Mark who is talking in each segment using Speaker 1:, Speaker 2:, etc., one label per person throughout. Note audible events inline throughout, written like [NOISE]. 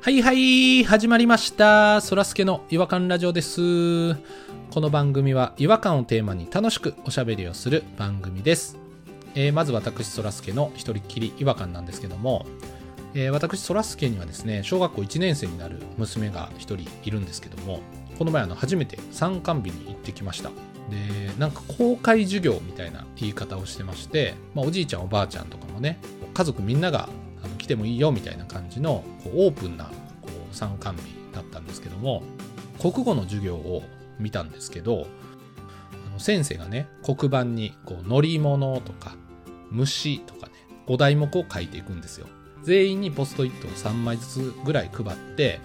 Speaker 1: はいはい、始まりました。そらすけの違和感ラジオです。この番組は違和感をテーマに楽しくおしゃべりをする番組です。えーまず私、そらすけの一人っきり違和感なんですけども、えー私、そらすけにはですね、小学校1年生になる娘が一人いるんですけども、この前あの初めて参観日に行ってきました。でなんか公開授業みたいな言い方をしてまして、まあ、おじいちゃんおばあちゃんとかもね家族みんながあの来てもいいよみたいな感じのこうオープンなこう参観日だったんですけども国語の授業を見たんですけどあの先生がね黒板にこう乗り物とか虫とかね5題目を書いていくんですよ全員にポストイットを3枚ずつぐらい配って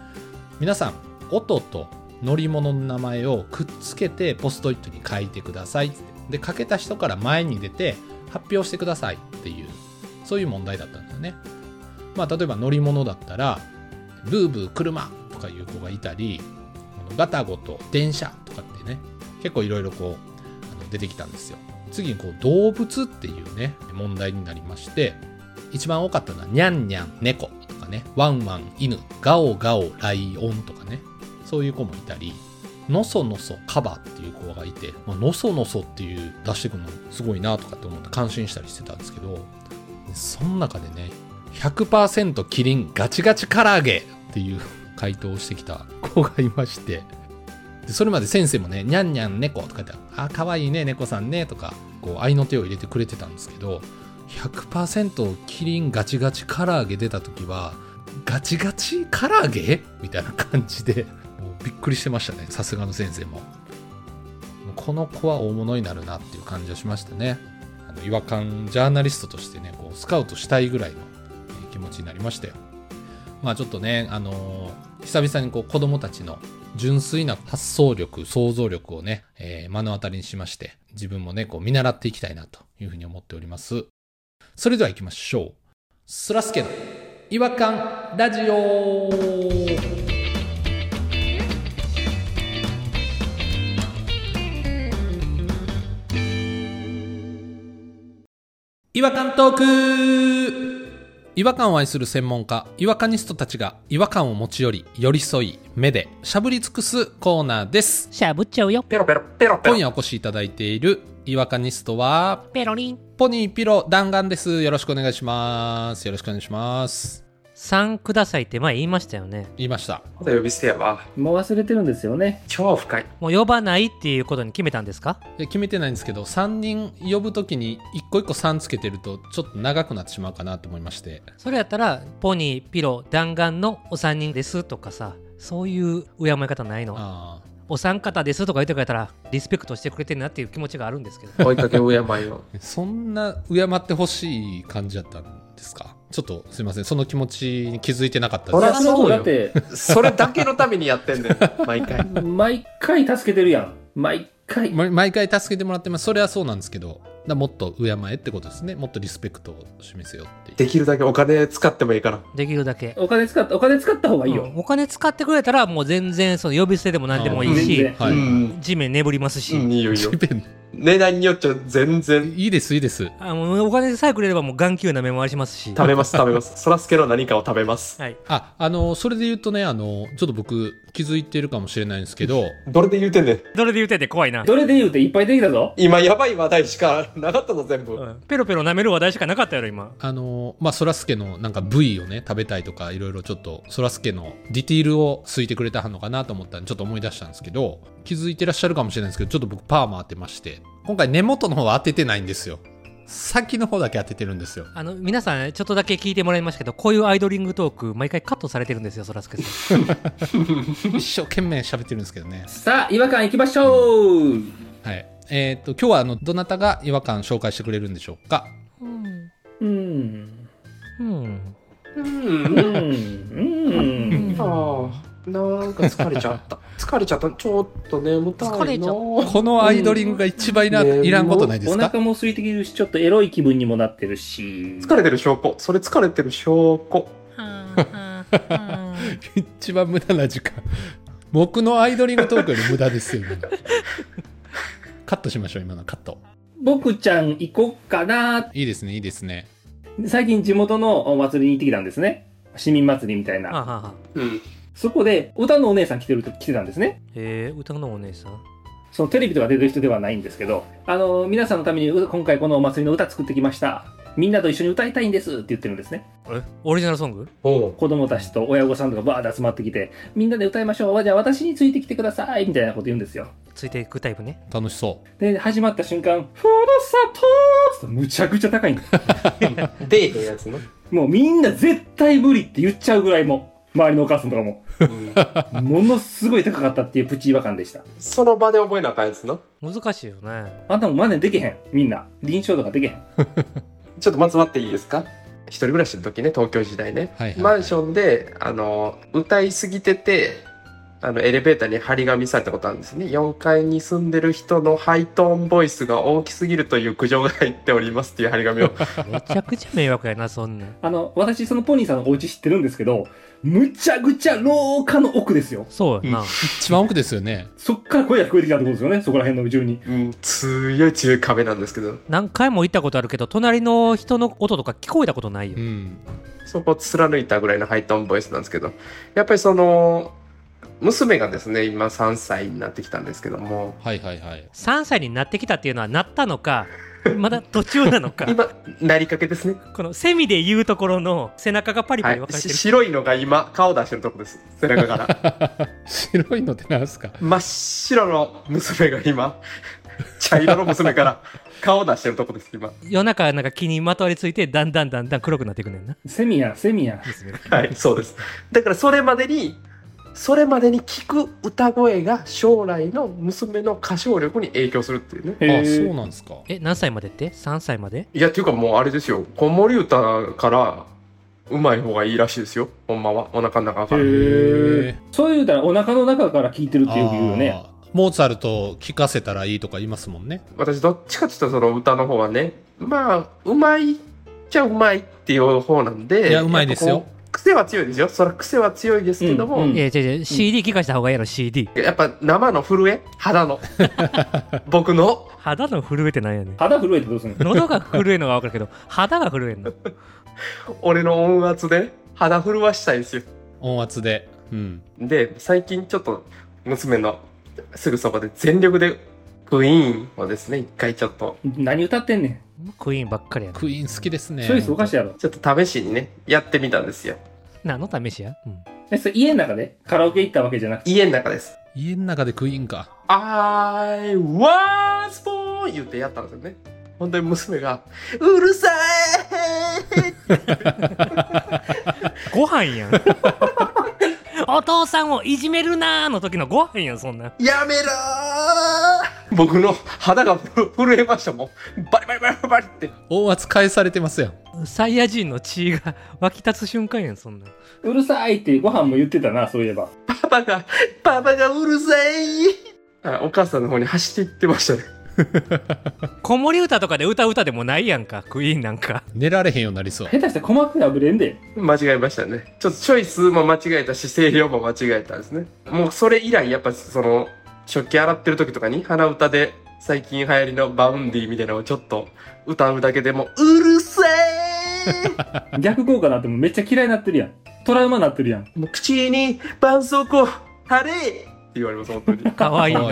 Speaker 1: 皆さん音と乗り物の名前をくっつけてポストイットに書いてくださいっつってで書けた人から前に出て発表してくださいっていうそういう問題だったんですよねまあ例えば乗り物だったらブーブー車とかいう子がいたりあのガタゴト電車とかってね結構いろいろこうあの出てきたんですよ次にこう動物っていうね問題になりまして一番多かったのはニャンニャン猫とかねワンワン犬ガオガオライオンとかねそういう子もいたり、のそのそカバっていう子がいて、まあのそのそっていう出してくるのすごいなとかって思って感心したりしてたんですけど、その中でね、100%キリンガチガチ唐揚げっていう [LAUGHS] 回答をしてきた子がいまして、でそれまで先生もね、にゃんにゃん猫とか言って、あ、かわいいね、猫さんね、とか、こう、愛の手を入れてくれてたんですけど、100%キリンガチガチ唐揚げ出た時は、ガチガチ唐揚げみたいな感じで、もうびっくりしてましたねさすがの先生ももうこの子は大物になるなっていう感じはしましたねあの違和感ジャーナリストとしてねこうスカウトしたいぐらいのえー気持ちになりましたよまあちょっとねあのー久々にこう子供たちの純粋な発想力想像力をね、えー目の当たりにしまして自分もねこう見習っていきたいなというふうに思っておりますそれでは行きましょうそらすけの違和感ラジオ違和感トーク違和感を愛する専門家、違和感ニストたちが違和感を持ち寄り、寄り添い、目でしゃぶり尽くすコーナーです。
Speaker 2: しゃぶっちゃうよ。
Speaker 3: ペロペロペロペロ
Speaker 1: 今夜お越しいただいている違和感ニストは、
Speaker 2: ペロリン。
Speaker 1: ポニーピロ弾丸です。よろしくお願いします。よろしくお願いします。
Speaker 4: 3くださいって前言いましたよね
Speaker 1: 言いました。
Speaker 3: まだ呼び捨てやわ
Speaker 5: もう忘れてるんですよね。
Speaker 3: 超深い
Speaker 4: もう呼ばないっていうことに決めたんですか
Speaker 1: で決めてないんですけど、3人呼ぶときに1個1個3つけてると、ちょっと長くなってしまうかなと思いまして。
Speaker 4: それやったらポニーピロ弾丸のお三人ですとかさそういう敬い方ないの
Speaker 1: あ
Speaker 4: お三方ですとか言ってくれたらリスペクトしてくれてるなっていう気持ちがあるんですけど
Speaker 3: 追いかけ敬いを
Speaker 1: ーそんな敬ってほしい感じだったんですかちょっとすいません。その気持ちに気づいてなかったです
Speaker 3: そ。りゃそうよ
Speaker 5: だって、
Speaker 3: [LAUGHS] それだけのためにやってんだよ [LAUGHS] 毎回
Speaker 5: 毎回助けてるやん。毎回。
Speaker 1: ま毎回助けてもらってますそれはそうなんですけどだからもっと敬えってことですねもっとリスペクトを示せよってい
Speaker 3: で
Speaker 1: う
Speaker 3: きるだけお金使ってもいいから
Speaker 4: [LAUGHS] できるだけ、
Speaker 5: お金使った、お金使った方がいいよ。
Speaker 4: うんお金使ってくれたらもう全然その呼び捨てでも何でもいいし
Speaker 5: 全
Speaker 1: はい、
Speaker 3: うん
Speaker 4: 地面眠りますし、
Speaker 3: うんいいよいいよ
Speaker 1: 地面
Speaker 3: 値段によっちゃ全然
Speaker 1: いいですいいです
Speaker 4: あもうお金さえくれればもう眼球なめ回りしますし
Speaker 3: 食べます食べますそらすけの何かを食べます
Speaker 4: はい
Speaker 1: ああのそれで言うとねあのちょっと僕気づいてるかもしれないんですけど
Speaker 3: どれで言うてんねん
Speaker 4: どれで言うてて怖いな、
Speaker 5: どれで言うていっぱいできたぞ。
Speaker 3: 今やばい話題しかなかったぞ全部、
Speaker 4: うんペロペロ舐める話題しかなかったやろ今
Speaker 1: あのまあそらすけのなんか部位をね食べたいとかいろいろちょっとそらすけのディティールをすいてくれたのかなと思ったんでちょっと思い出したんですけど気づいてらっしゃるかもしれないんですけどちょっと僕パーマ当てまして今回根元の方は当ててないんですよ先の方だけ当ててるんですよ
Speaker 4: あの皆さんちょっとだけ聞いてもらいましたけどこういうアイドリングトーク毎回カットされてるんですよそらすけさん
Speaker 1: 一生懸命喋ってるんですけどね
Speaker 5: さあ、違和感行きましょう。
Speaker 1: はい。えっ、と、今日はあの、どなたが違和感紹介してくれるんでしょうか
Speaker 4: うん
Speaker 5: うん。
Speaker 4: うん
Speaker 3: うん
Speaker 5: うん。うん。
Speaker 3: ああなんか疲れちゃ [LAUGHS] った疲れちゃったちょっと眠たいな
Speaker 4: 疲れちゃ
Speaker 3: っ
Speaker 1: このアイドリングが一番いら,、
Speaker 3: うん
Speaker 1: いらんことないです
Speaker 5: お
Speaker 1: か
Speaker 5: 腹も空いてきてるし、ちょっとエロい気分にもなってるし。
Speaker 3: 疲れてる証拠それ疲れてる証拠
Speaker 1: 一番無駄な時間。僕のアイドリングトークより無駄ですよね。カットしましょう、今のカット。
Speaker 5: 僕ちゃん行こっかな。
Speaker 1: いいですね、いいですね。
Speaker 5: 最近地元のお祭りに行ってきたんですね。市民祭りみたい
Speaker 4: あは
Speaker 5: な。
Speaker 4: は
Speaker 3: うん。
Speaker 5: そこで、歌のお姉さん来てると、来てたんですね。
Speaker 4: えー、歌のお姉さん
Speaker 5: そのテレビとか出てる人ではないんですけど、あの、皆さんのためにう今回このお祭りの歌作ってきました。みんなと一緒に歌いたいんですって言ってるんですね。
Speaker 4: えオリジナルソング
Speaker 3: おう。
Speaker 5: 子供たちと親御さんとかバーって集まってきて、みんなで歌いましょう。じゃあ私についてきてください。みたいなこと言うんですよ。
Speaker 4: ついていくタイプね
Speaker 1: 楽しそ
Speaker 5: で、始まった瞬間、ふるさとーってむちゃくちゃ高いんです
Speaker 3: デートのやつの。
Speaker 5: もうみんな絶対無理って言っちゃうぐらいもう、周りのお母さんとかも、
Speaker 3: うん
Speaker 5: ものすごい高かったっていうプチ違和感でした。
Speaker 3: その場で覚えなあかんやつの。
Speaker 4: 難しいよ
Speaker 3: [LAUGHS]
Speaker 4: ね
Speaker 5: あんたも真似できへん、みんな。臨床とかできへん。
Speaker 3: ちょっとまず待っていいですか一人暮らしの時ね、東京時代ね。
Speaker 1: はいはいはい
Speaker 3: マンションで、あの、歌いすぎてて、あの、エレベーターに張り紙されたことあるんですね。4階に住んでる人のハイトーンボイスが大きすぎるという苦情が入っておりますっていう張り [LAUGHS] 紙を。
Speaker 4: めちゃくちゃ迷惑やなそ
Speaker 3: [LAUGHS]
Speaker 4: んなん
Speaker 5: あの、私、そのポニーさんのお家知ってるんですけど、むちゃくちゃ廊下の奥ですよ。
Speaker 4: そうやな、
Speaker 1: う一番奥ですよね
Speaker 5: そっから声が聞こえてきたってことですよね、そこら辺の中に。
Speaker 3: うん、強い強い壁なんですけど、
Speaker 4: 何回も行ったことあるけど隣の人の音とか聞こえたことないよ、
Speaker 1: うん
Speaker 3: そこを貫いたぐらいのハイトーンボイスなんですけど、やっぱりその、娘がですね、今3歳になってきたんですけども、
Speaker 1: はいはいはい
Speaker 4: 3歳になってきたっていうのはなったの
Speaker 3: [LAUGHS]
Speaker 4: かまだ途中なのか
Speaker 3: 今、なりかけですね。
Speaker 4: このセミで言うところの背中がパリパ
Speaker 3: は
Speaker 4: リ分か
Speaker 3: い、
Speaker 4: れて
Speaker 3: し
Speaker 4: る、
Speaker 3: 白いのが今顔出してるとこです背中から
Speaker 4: [LAUGHS]
Speaker 1: 白いのってなんすか
Speaker 3: 真っ白の娘が今茶色の娘から顔出してるとこです今
Speaker 4: 夜中なんか気にまとわりついてだんだんだんだん黒くなっていくねんな
Speaker 5: セミや、セミや。
Speaker 3: はいそうですだからそれまでにそれまでに聞く歌声が将来の娘の歌唱力に影響するっていうね
Speaker 1: あそう
Speaker 5: う
Speaker 1: なんですか
Speaker 4: え何歳までって3歳まで
Speaker 3: いやっていうかもうあれですよ子守歌からうまい方がいいらしいですよほんまはお腹の中から
Speaker 5: へ
Speaker 1: へ
Speaker 5: え
Speaker 1: え。
Speaker 5: そういうたらお腹の中から聞いてるってよく言うよね。
Speaker 1: あーモーツァルト聞かせたらいいとか言いますもんね
Speaker 3: 私どっちかって言ったらその歌の方はねまあうまいっちゃうまいっていう方なんで
Speaker 1: いやうまいですよ
Speaker 3: やっぱこう癖は強いですよそれ癖は強いですけども、
Speaker 5: うんうん
Speaker 4: いや違う違う CD 聞かした方がいいやろ CD
Speaker 3: やっぱ生の震え肌
Speaker 1: [LAUGHS]
Speaker 3: の僕の
Speaker 4: 肌の震えってなんやねん
Speaker 5: 肌震えてどうすんの
Speaker 4: 喉が震えるのが分かるけど肌が震えんの
Speaker 3: 俺の音圧で肌震わしたいんですよ
Speaker 1: 音圧でうん
Speaker 3: で最近ちょっと娘のすぐそばで全力でクイーンをですね一回ちょっと
Speaker 5: 何歌ってんね
Speaker 4: クイーンばっかりやな
Speaker 1: クイーン好きです
Speaker 5: ん。
Speaker 1: ね
Speaker 5: チョイスおかしいやろ。
Speaker 3: ちょっと試しにねやってみたんですよ
Speaker 4: 何の試しや、うん
Speaker 5: え、それ家の中でカラオケ行ったわけじゃなくて。
Speaker 3: 家の中です
Speaker 1: 家の中でクイーンか
Speaker 3: I was born 言ってやったんですよね。本当に娘が、うるさい
Speaker 4: ご飯やん [LAUGHS] お父さんをいじめるなーの時のご飯やんそんなん
Speaker 3: やめろー僕の肌が [LAUGHS] ふ震えましたもん。バリバリバリバリって。
Speaker 1: 音圧返されてますやん
Speaker 4: サイヤ人の血が湧き立つ瞬間やんそんなん
Speaker 5: うるさいってご飯も言ってたな、そういえば。
Speaker 3: パパが、パパがうるさいあお母さんの方に走っていってましたね。
Speaker 4: 子守歌とかで歌う歌でもないやんかクイーンなんか
Speaker 1: 寝られへんようになりそう
Speaker 5: 下手して鼓膜破れんで。
Speaker 3: 間違えましたね。ちょっとチョイスも間違えたし、声量も間違えたんですね。もうそれ以来、やっぱその、食器洗ってる時とかに鼻歌で、最近流行りのバウンディみたいなのをちょっと歌うだけでも、うるせえ [LAUGHS]
Speaker 5: 逆効果なってもめっちゃ嫌いになってるやん。トラウマになってるやん。
Speaker 3: もう口に絆創膏貼れって言われます、本当に。
Speaker 4: かわいい
Speaker 1: 可愛い
Speaker 4: な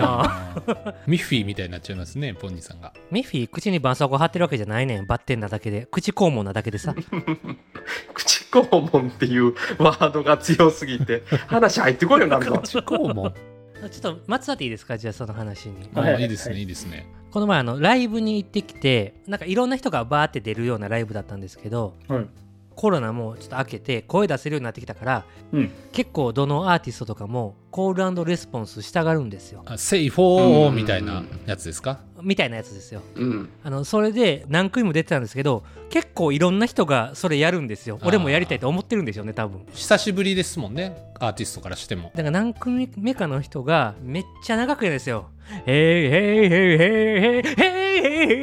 Speaker 1: なミッフィーみたいになっちゃいますねポニーさ
Speaker 5: [LAUGHS]
Speaker 1: んが
Speaker 4: ミッフィー口に絆創膏貼ってるわけじゃないねんバッテンなだけで口肛門なだけでさ
Speaker 3: 口肛門っていうワードが強すぎて、話入ってこいようになるの。
Speaker 4: 口
Speaker 1: 肛門
Speaker 4: ちょっと松田っていいですかじゃあその話に
Speaker 1: あ
Speaker 5: はいはい
Speaker 1: ーいいですねいいですね
Speaker 4: この前あのライブに行ってきてなんかいろんな人がバーって出るようなライブだったんですけど
Speaker 5: はい。
Speaker 4: コロナもちょっと明けて声出せるようになってきたから
Speaker 5: うん。
Speaker 4: 結構どのアーティストとかもコールレスポンスしたがるんですよ
Speaker 1: あセイフォーみたいなやつですか
Speaker 4: みたいなやつですよ
Speaker 3: うん。
Speaker 4: あのそれで何組も出てたんですけど結構いろんな人がそれやるんですよ俺もやりたいと思ってるんでしょうね多分
Speaker 1: 久しぶりですもんねアーティストからしても
Speaker 4: だから何組目かの人がめっちゃ長くやるんですよ。へいへいへいへいへいへいへいへいへい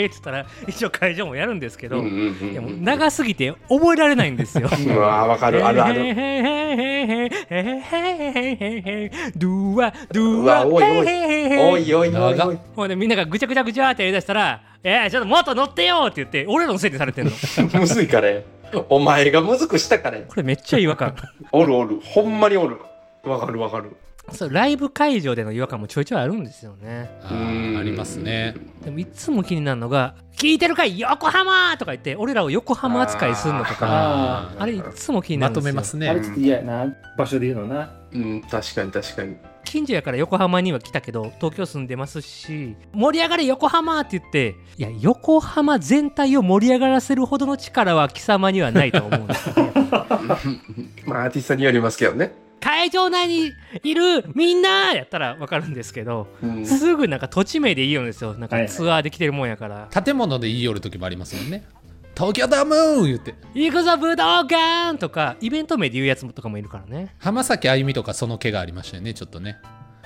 Speaker 4: へいっつったら一応会場もやるんですけ
Speaker 3: うん
Speaker 4: ど、
Speaker 3: うん
Speaker 4: い
Speaker 3: うん
Speaker 4: やもう
Speaker 3: う
Speaker 4: 長すぎて覚えられないんですよ。
Speaker 3: ん。うわーわかる、あるある。
Speaker 4: ドゥワドゥ
Speaker 3: う
Speaker 4: ワ
Speaker 3: わ、おいおい。おいおいおい
Speaker 1: 長
Speaker 3: お
Speaker 1: っ
Speaker 3: い。
Speaker 4: ほんでみんながぐちゃぐちゃぐちゃってやりだしたら「えー、ちょっともっと乗ってよ!」って言って俺らのせいにされてんの
Speaker 3: [LAUGHS] むずいかね。お前がむずくしたからや。
Speaker 4: これめっちゃ違和感。
Speaker 3: おるおる。ほんまにおる。わかるわかる。
Speaker 4: そう、ライブ会場での違和感もちょいちょいあるんですよね。
Speaker 1: あーありますね。
Speaker 4: でもいつも気になるのが、聞いてるかい横浜とか言って、俺らを横浜扱いするのとか、
Speaker 1: あ
Speaker 4: あ
Speaker 1: ー
Speaker 4: れいつも気にな
Speaker 1: ま
Speaker 4: るんで
Speaker 1: と
Speaker 4: す
Speaker 1: め
Speaker 4: よ。
Speaker 1: ますね。
Speaker 5: あれちょっと嫌やな。場所で言うのな。
Speaker 3: うん、確かに確かに。
Speaker 4: 近所やから横浜には来たけど、東京住んでますし、盛り上がれ横浜って言って、いや、横浜全体を盛り上がらせるほどの力は貴様にはないと思うんですよね。
Speaker 3: まあ、アーティストによりますけどね。
Speaker 4: 会場内にいるみんなやったらわかるんですけど、
Speaker 3: うん、
Speaker 4: すぐなんか土地名でいいよんですよ。なん
Speaker 5: は
Speaker 4: か
Speaker 5: いはい
Speaker 4: ツアーで来てるもんやから。
Speaker 1: 建物で言い寄る時もありますもんね。東京ドームー言って。
Speaker 4: 行くぞ武道館とか、イベント名で言うやつもとかもいるからね。
Speaker 1: 浜崎あゆみとかその毛がありましたよね、ちょっとね。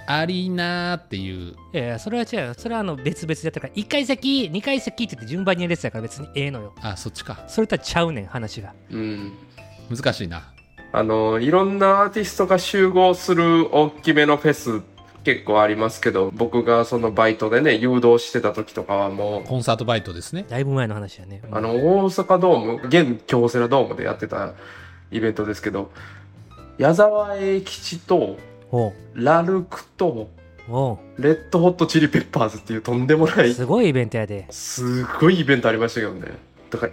Speaker 1: アリーナーっていう。
Speaker 4: いやいや、それは違うよ。それはあの別々でやったから、1階席、2階席って言って順番にやるやつやから別にええのよ。
Speaker 1: あ、そっちか。
Speaker 4: それとはちゃうねん、話が。
Speaker 3: うん。
Speaker 1: 難しいな。
Speaker 3: あの、いろんなアーティストが集合する大きめのフェス結構ありますけど、僕がそのバイトでね、誘導してた時とかはも
Speaker 1: コンサートバイトですね。
Speaker 4: だいぶ前の話やね。
Speaker 3: う、あの、大阪ドーム、現京セラドームでやってたイベントですけど、矢沢永吉と、
Speaker 4: おう
Speaker 3: ラルクと、
Speaker 4: お
Speaker 3: レッドホットチリペッパーズっていうとんでもな
Speaker 4: う
Speaker 3: い、
Speaker 4: すごいイベントやで。
Speaker 3: すごいイベントありましたけどね。だから、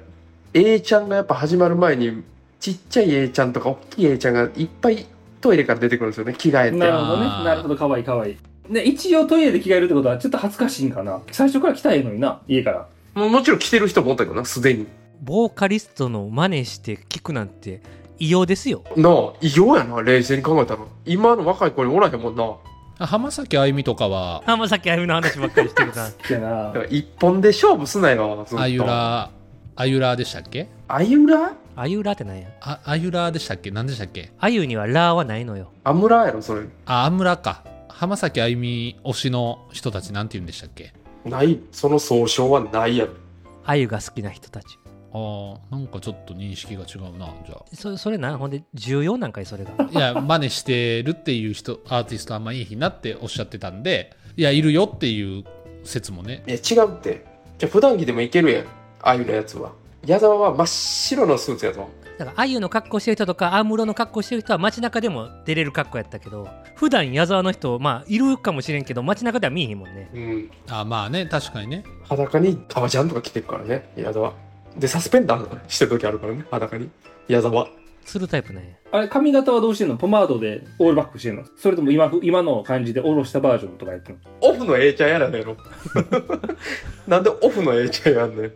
Speaker 3: A ちゃんがやっぱ始まる前に、ちっちゃい A ちゃんとか、大きい A ちゃんがいっぱいトイレから出てくるんですよね、着替えて。
Speaker 5: なるほどね。
Speaker 1: あー
Speaker 5: なるほど。かわいいかわいい。ね、一応トイレで着替えるってことはちょっと恥ずかしいんかな。最初から来たらええのにな。家から。
Speaker 3: もうもちろん着てる人もおったけどな、すでに。
Speaker 4: ボーカリストの真似して聞くなんて異様ですよ。
Speaker 3: なあ、異様やな、冷静に考えたら。今の若い子におらへんもんな。
Speaker 1: あ浜崎あゆみとかは、
Speaker 4: あんまさっきあゆみの話ばっかりしてるから。
Speaker 5: いやな
Speaker 3: だか。ら一本で勝負すなよ、ずっと。
Speaker 1: あゆ。ら、あゆらでしたっけ
Speaker 3: あゆら
Speaker 4: [LAUGHS] あゆらってなんや。
Speaker 1: あ、あゆらでしたっけ何でしたっけ
Speaker 4: あゆにはラーはないのよ。
Speaker 3: アムラやろ、それ。
Speaker 1: あ、アムラか。浜崎あゆみ推しの人たちなんて言うんでしたっけ
Speaker 3: ない、その総称はないやろ。
Speaker 4: あゆが好きな人たち。
Speaker 1: あーなんかちょっと認識が違うな、じゃ
Speaker 4: そそれなんほんで重要なんかいそれが。
Speaker 1: あ。いや、真似してるっていう人、アーティストあんまいいひなっておっしゃってたんで、いや、いるよっていう説もね。
Speaker 3: いや、違うって。じゃあ普段着でもいけるやん、あゆのやつは。矢沢は真っ白のスーツやぞ。
Speaker 4: だからあゆの格好してる人とかアムロの格好してる人は街中でも出れる格好やったけど普段矢沢の人まあいるかもしれんけど街中では見えへんもんね
Speaker 3: うん。
Speaker 1: あ、まあね、確かにね。
Speaker 3: 裸に革ジャンとか着てるからね、矢沢。で、サスペンダーしてる時あるからね、裸に。矢沢。
Speaker 4: するタイプなんや
Speaker 5: あれ、髪型はどうしてんのポマードでオールバックしてんのそれとも今、今の感じでおろしたバージョンとかやってんの
Speaker 3: オフの [LAUGHS] A ちゃんやらねえろ。なんでオフの A ちゃんやんねん。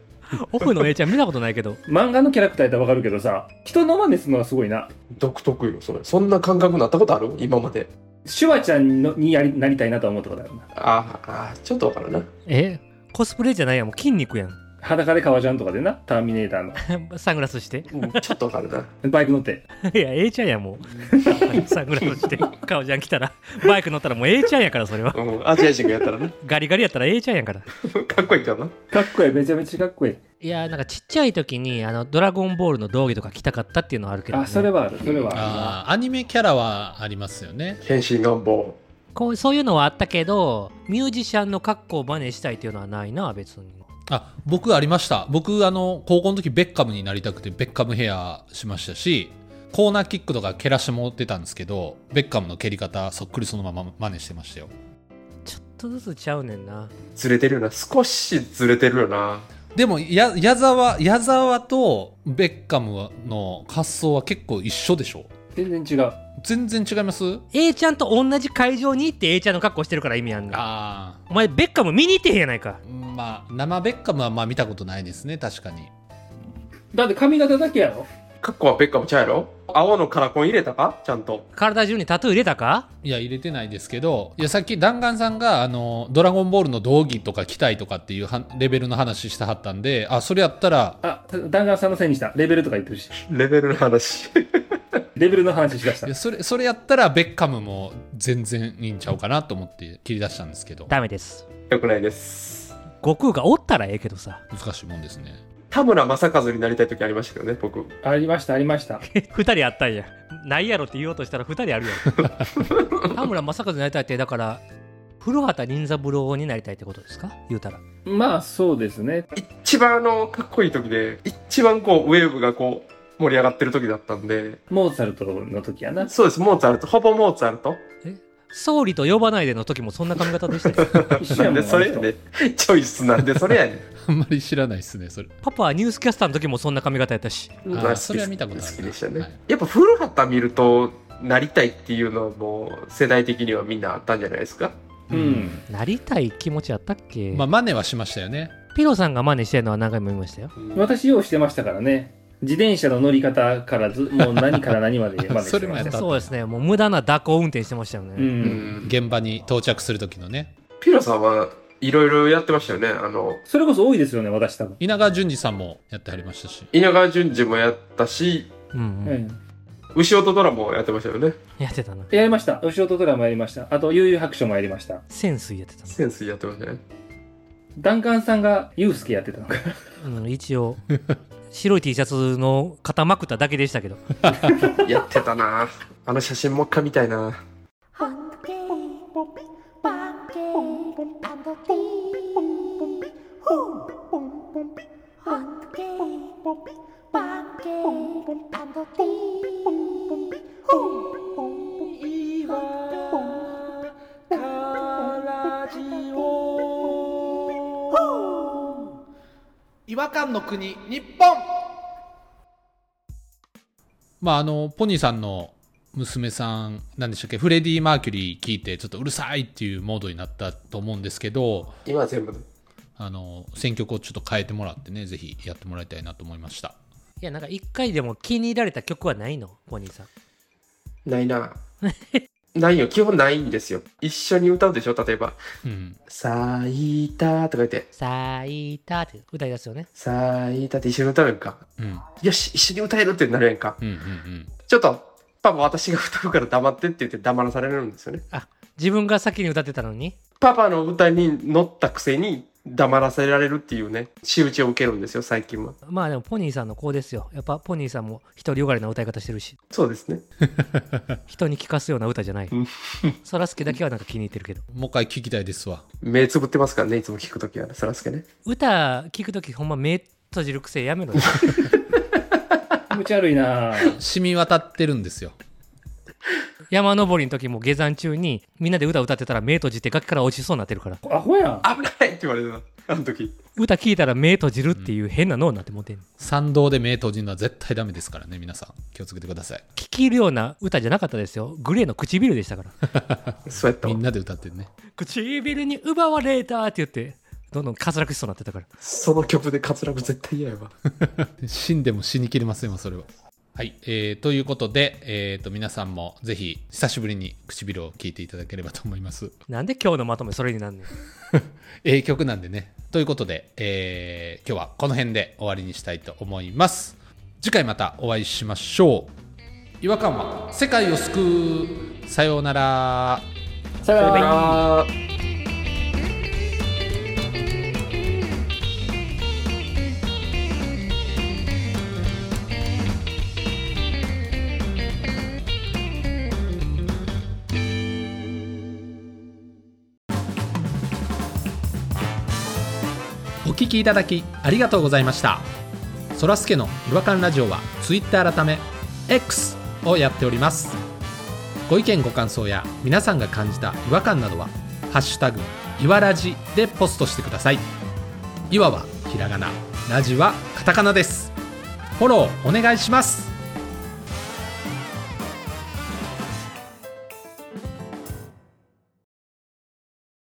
Speaker 4: オフの A ちゃん見たことないけど
Speaker 5: 漫画のキャラクターやったらわかるけどさ、人の真似するのはすごいな。
Speaker 3: 独特よ、それ。そんな感覚になったことある今まで。
Speaker 5: シュワちゃんのにやりなりたいなとは思ったことあるな。
Speaker 3: あーあー、ちょっとわかるな。
Speaker 4: [LAUGHS] えコスプレじゃないやんもう筋肉やん [LAUGHS]
Speaker 5: 裸で革ジャンとかでな、ターミネーターの。
Speaker 4: サングラスして [LAUGHS]
Speaker 3: うんちょっとわかるな。
Speaker 5: バイク乗って。
Speaker 4: いや A ちゃんやもう [LAUGHS] サングラスして顔じゃん来たらバイク乗ったらもう A ちゃんやからそれは
Speaker 3: うん、アジア人がやったらね。 [LAUGHS]
Speaker 4: ガリガリやったら A ちゃんやから
Speaker 3: かっこいいけどな。
Speaker 5: かっこいい、めちゃめちゃかっこいい。
Speaker 4: いやーなんかちっちゃい時にあのドラゴンボールの道着とか着たかったっていうのはあるけど、ね、
Speaker 5: あ、それはある、それはあ
Speaker 1: あーアニメキャラはありますよね。
Speaker 3: 変身願望。
Speaker 4: こうそういうのはあったけどミュージシャンの格好を真似したいっていうのはないな別に
Speaker 1: あ、僕ありました。僕、あの、高校の時ベッカムになりたくて、ベッカムヘアしましたし、コーナーキックとか蹴らしてもらってたんですけど、ベッカムの蹴り方、そっくりそのまま真似してましたよ。
Speaker 4: ちょっとずつちゃうねんな
Speaker 3: ずれてるよな。少しずれてるよな。
Speaker 1: でも、や、矢沢、矢沢とベッカムの発想は結構一緒でしょ
Speaker 5: る。全然違う。
Speaker 1: 全然違います
Speaker 4: A ちゃんと同じ会場に行って A ちゃんの格好してるから意味あんねん
Speaker 1: あ
Speaker 4: お前ベッカム見に行ってへんやないか
Speaker 1: あ、まあ、生ベッカムはまあ見たことないですね、確かに。
Speaker 5: だって髪型だけやろ
Speaker 3: かっこはベッカムちゃうやろ青のカラコン入れたかちゃんと。
Speaker 4: 体中にタトゥー入れたか
Speaker 1: いや、入れてないですけど、いや、さっき弾丸さんが、あの、ドラゴンボールの道着とか着たいとかっていうはレベルの話してはったんで、あ、それやったら、
Speaker 5: あ、弾丸さんのせいにした。レベルとか言ってるし。
Speaker 3: レベルの話。 [LAUGHS]
Speaker 5: レベルの話しだした
Speaker 1: いや。それ、それやったらベッカムも全然いいんちゃうかなと思って切り出したんですけど、
Speaker 4: ダメです
Speaker 3: よくないです。
Speaker 4: 悟空がおったらええけどさ [LAUGHS]
Speaker 1: 難しいもんですね。
Speaker 3: 田村正和になりたい時ありましたけどね、僕。
Speaker 5: ありました、ありました。
Speaker 4: 二人あったんやないやろって言おうとしたら二人あるやろ田村正和になりたいってだから古畑任三郎になりたいってことですか言うたら
Speaker 5: [LAUGHS] まあ、そうですね。
Speaker 3: 一番あの、かっこいい時で、一番こう、ウェーブがこう、盛り上がってる時だったんで、
Speaker 5: モーツァルトの時や [LAUGHS] な。
Speaker 3: そうです、モーツァルト、ほぼモーツァルト。
Speaker 4: 総理と呼ばないでの時もそんな髪型でしたよ
Speaker 5: [LAUGHS] 一緒
Speaker 3: な
Speaker 5: や
Speaker 3: ん
Speaker 5: もん
Speaker 3: でそれやね。チョイスなんでそれ
Speaker 1: [LAUGHS]
Speaker 3: やね。
Speaker 1: あんまり知らないですね、それ。
Speaker 4: パパはニュースキャスターの時もそんな髪型やったし
Speaker 1: あ
Speaker 3: ま
Speaker 1: ーそれは見たことあるな
Speaker 3: 好きでしたね、
Speaker 1: はい
Speaker 3: やっぱ古畑見るとなりたいっていうのも世代的にはみんなあったんじゃないですか
Speaker 5: うん。
Speaker 4: なりたい気持ちあったっけ、
Speaker 1: まあ、真似はしましたよね。
Speaker 4: ピロさんが真似してるのは何回も見ましたよ
Speaker 5: 私用意してましたからね。自転車の乗り方からず、もう何から何まで [LAUGHS] まで
Speaker 1: それもやった
Speaker 4: そうですねもう無駄な蛇行運転してましたよね、
Speaker 5: う。
Speaker 3: うん
Speaker 1: 現場に到着する時のね。
Speaker 3: ピロさんはいろいろやってましたよねあの
Speaker 5: それこそ多いですよね、私多分。
Speaker 1: 稲川淳二さんもやってはりましたし。
Speaker 3: 稲川淳二もやったし
Speaker 4: うんうん
Speaker 5: うん。
Speaker 3: 牛音ドラもやってましたよね
Speaker 4: やってたな
Speaker 5: やりました。吉本ドラマやりました。あと、悠々白書もやりました。
Speaker 4: 潜水やってた
Speaker 3: センスやってましたね
Speaker 5: ダンカンさんがユウスケやってたのか。
Speaker 4: な、うん、一応白い T シャツの肩まくっただけでしたけど
Speaker 3: やってたなあの写真もう一回見たいな
Speaker 2: Hunky,
Speaker 6: 違和感の国日本
Speaker 1: まあ、あの、ポニーさんの娘さん、なんでしたっけ、フレディ・マーキュリー聞いて、ちょっとうるさいっていうモードになったと思うんですけど、
Speaker 3: 今は全部
Speaker 1: あの、選曲をちょっと変えてもらってね、ぜひやってもらいたいなと思いました。
Speaker 4: いやなんか一回でも気に入られた曲はないのポニーさん
Speaker 3: ないなないよ基本ないんですよ一緒に歌うでしょ例えば
Speaker 1: うん。
Speaker 3: 「咲いた」とか言って
Speaker 4: 「咲いた」って歌い出すよね
Speaker 3: 「咲いた」って一緒に歌うやんか
Speaker 1: うん。
Speaker 3: よし一緒に歌えるってなるやんか
Speaker 1: うんうんうん。
Speaker 3: ちょっと、パパ私が歌うから黙ってって言って黙らされるんですよね。
Speaker 4: 自分が先に歌ってたのに
Speaker 3: パパの歌に乗ったくせに黙らせられるっていうね、仕打ちを受けるんですよ、最近は。
Speaker 4: まあでもポニーさんの子ですよやっぱポニーさんも独りよがりな歌い方してるし
Speaker 3: そうですね。
Speaker 4: 人に聞かすような歌じゃない
Speaker 3: うん
Speaker 4: そらすけだけはなんか気に入ってるけど
Speaker 1: もう一回聞きたいですわ。
Speaker 3: 目つぶってますからね、いつも聞くときはね、そらすけね。
Speaker 4: 歌聞くときほんま目閉じる癖やめろよ [LAUGHS]
Speaker 5: 気持ち悪いなぁ。
Speaker 1: 染み渡ってるんですよ。
Speaker 4: 山登りの時も下山中にみんなで歌歌ってたら目閉じて崖から落ちそうになってるから
Speaker 5: アホやん。
Speaker 3: 危ないって言われた、あの時。
Speaker 4: 歌聞いたら目閉じるっていう変な脳になってもうてんの
Speaker 1: 参道で目閉じるのは絶対ダメですからね、皆さん。気をつけてください。
Speaker 4: 聞き入るような歌じゃなかったですよグレーの唇でしたから [LAUGHS]
Speaker 3: そうやった
Speaker 1: み
Speaker 3: わ
Speaker 1: ん。なで歌ってね。
Speaker 4: 唇に奪われたって言ってどんどん滑落しそうになってたから
Speaker 3: その曲で滑落絶対嫌やわ。
Speaker 1: 死んでも死にきれませんわ、それは。はい。えー、ということで、えー、と、皆さんもぜひ、久しぶりに唇を聞いていただければと思います。 [LAUGHS]
Speaker 4: なんで今日のまとめそれになんねん
Speaker 1: ええ曲なんでね。ということで、えー、今日はこの辺で終わりにしたいと思います。次回またお会いしましょう。違和感は世界を救う。さようなら。
Speaker 5: さよなら。
Speaker 3: あー
Speaker 1: お聞きいただきありがとうございましたそらすけの違和感ラジオは Twitter 改め X をやっておりますご意見ご感想や皆さんが感じた違和感などは「ハッシュタグいわらじ」でポストしてくださいいわはひらがなラジはカタカナですフォローお願いします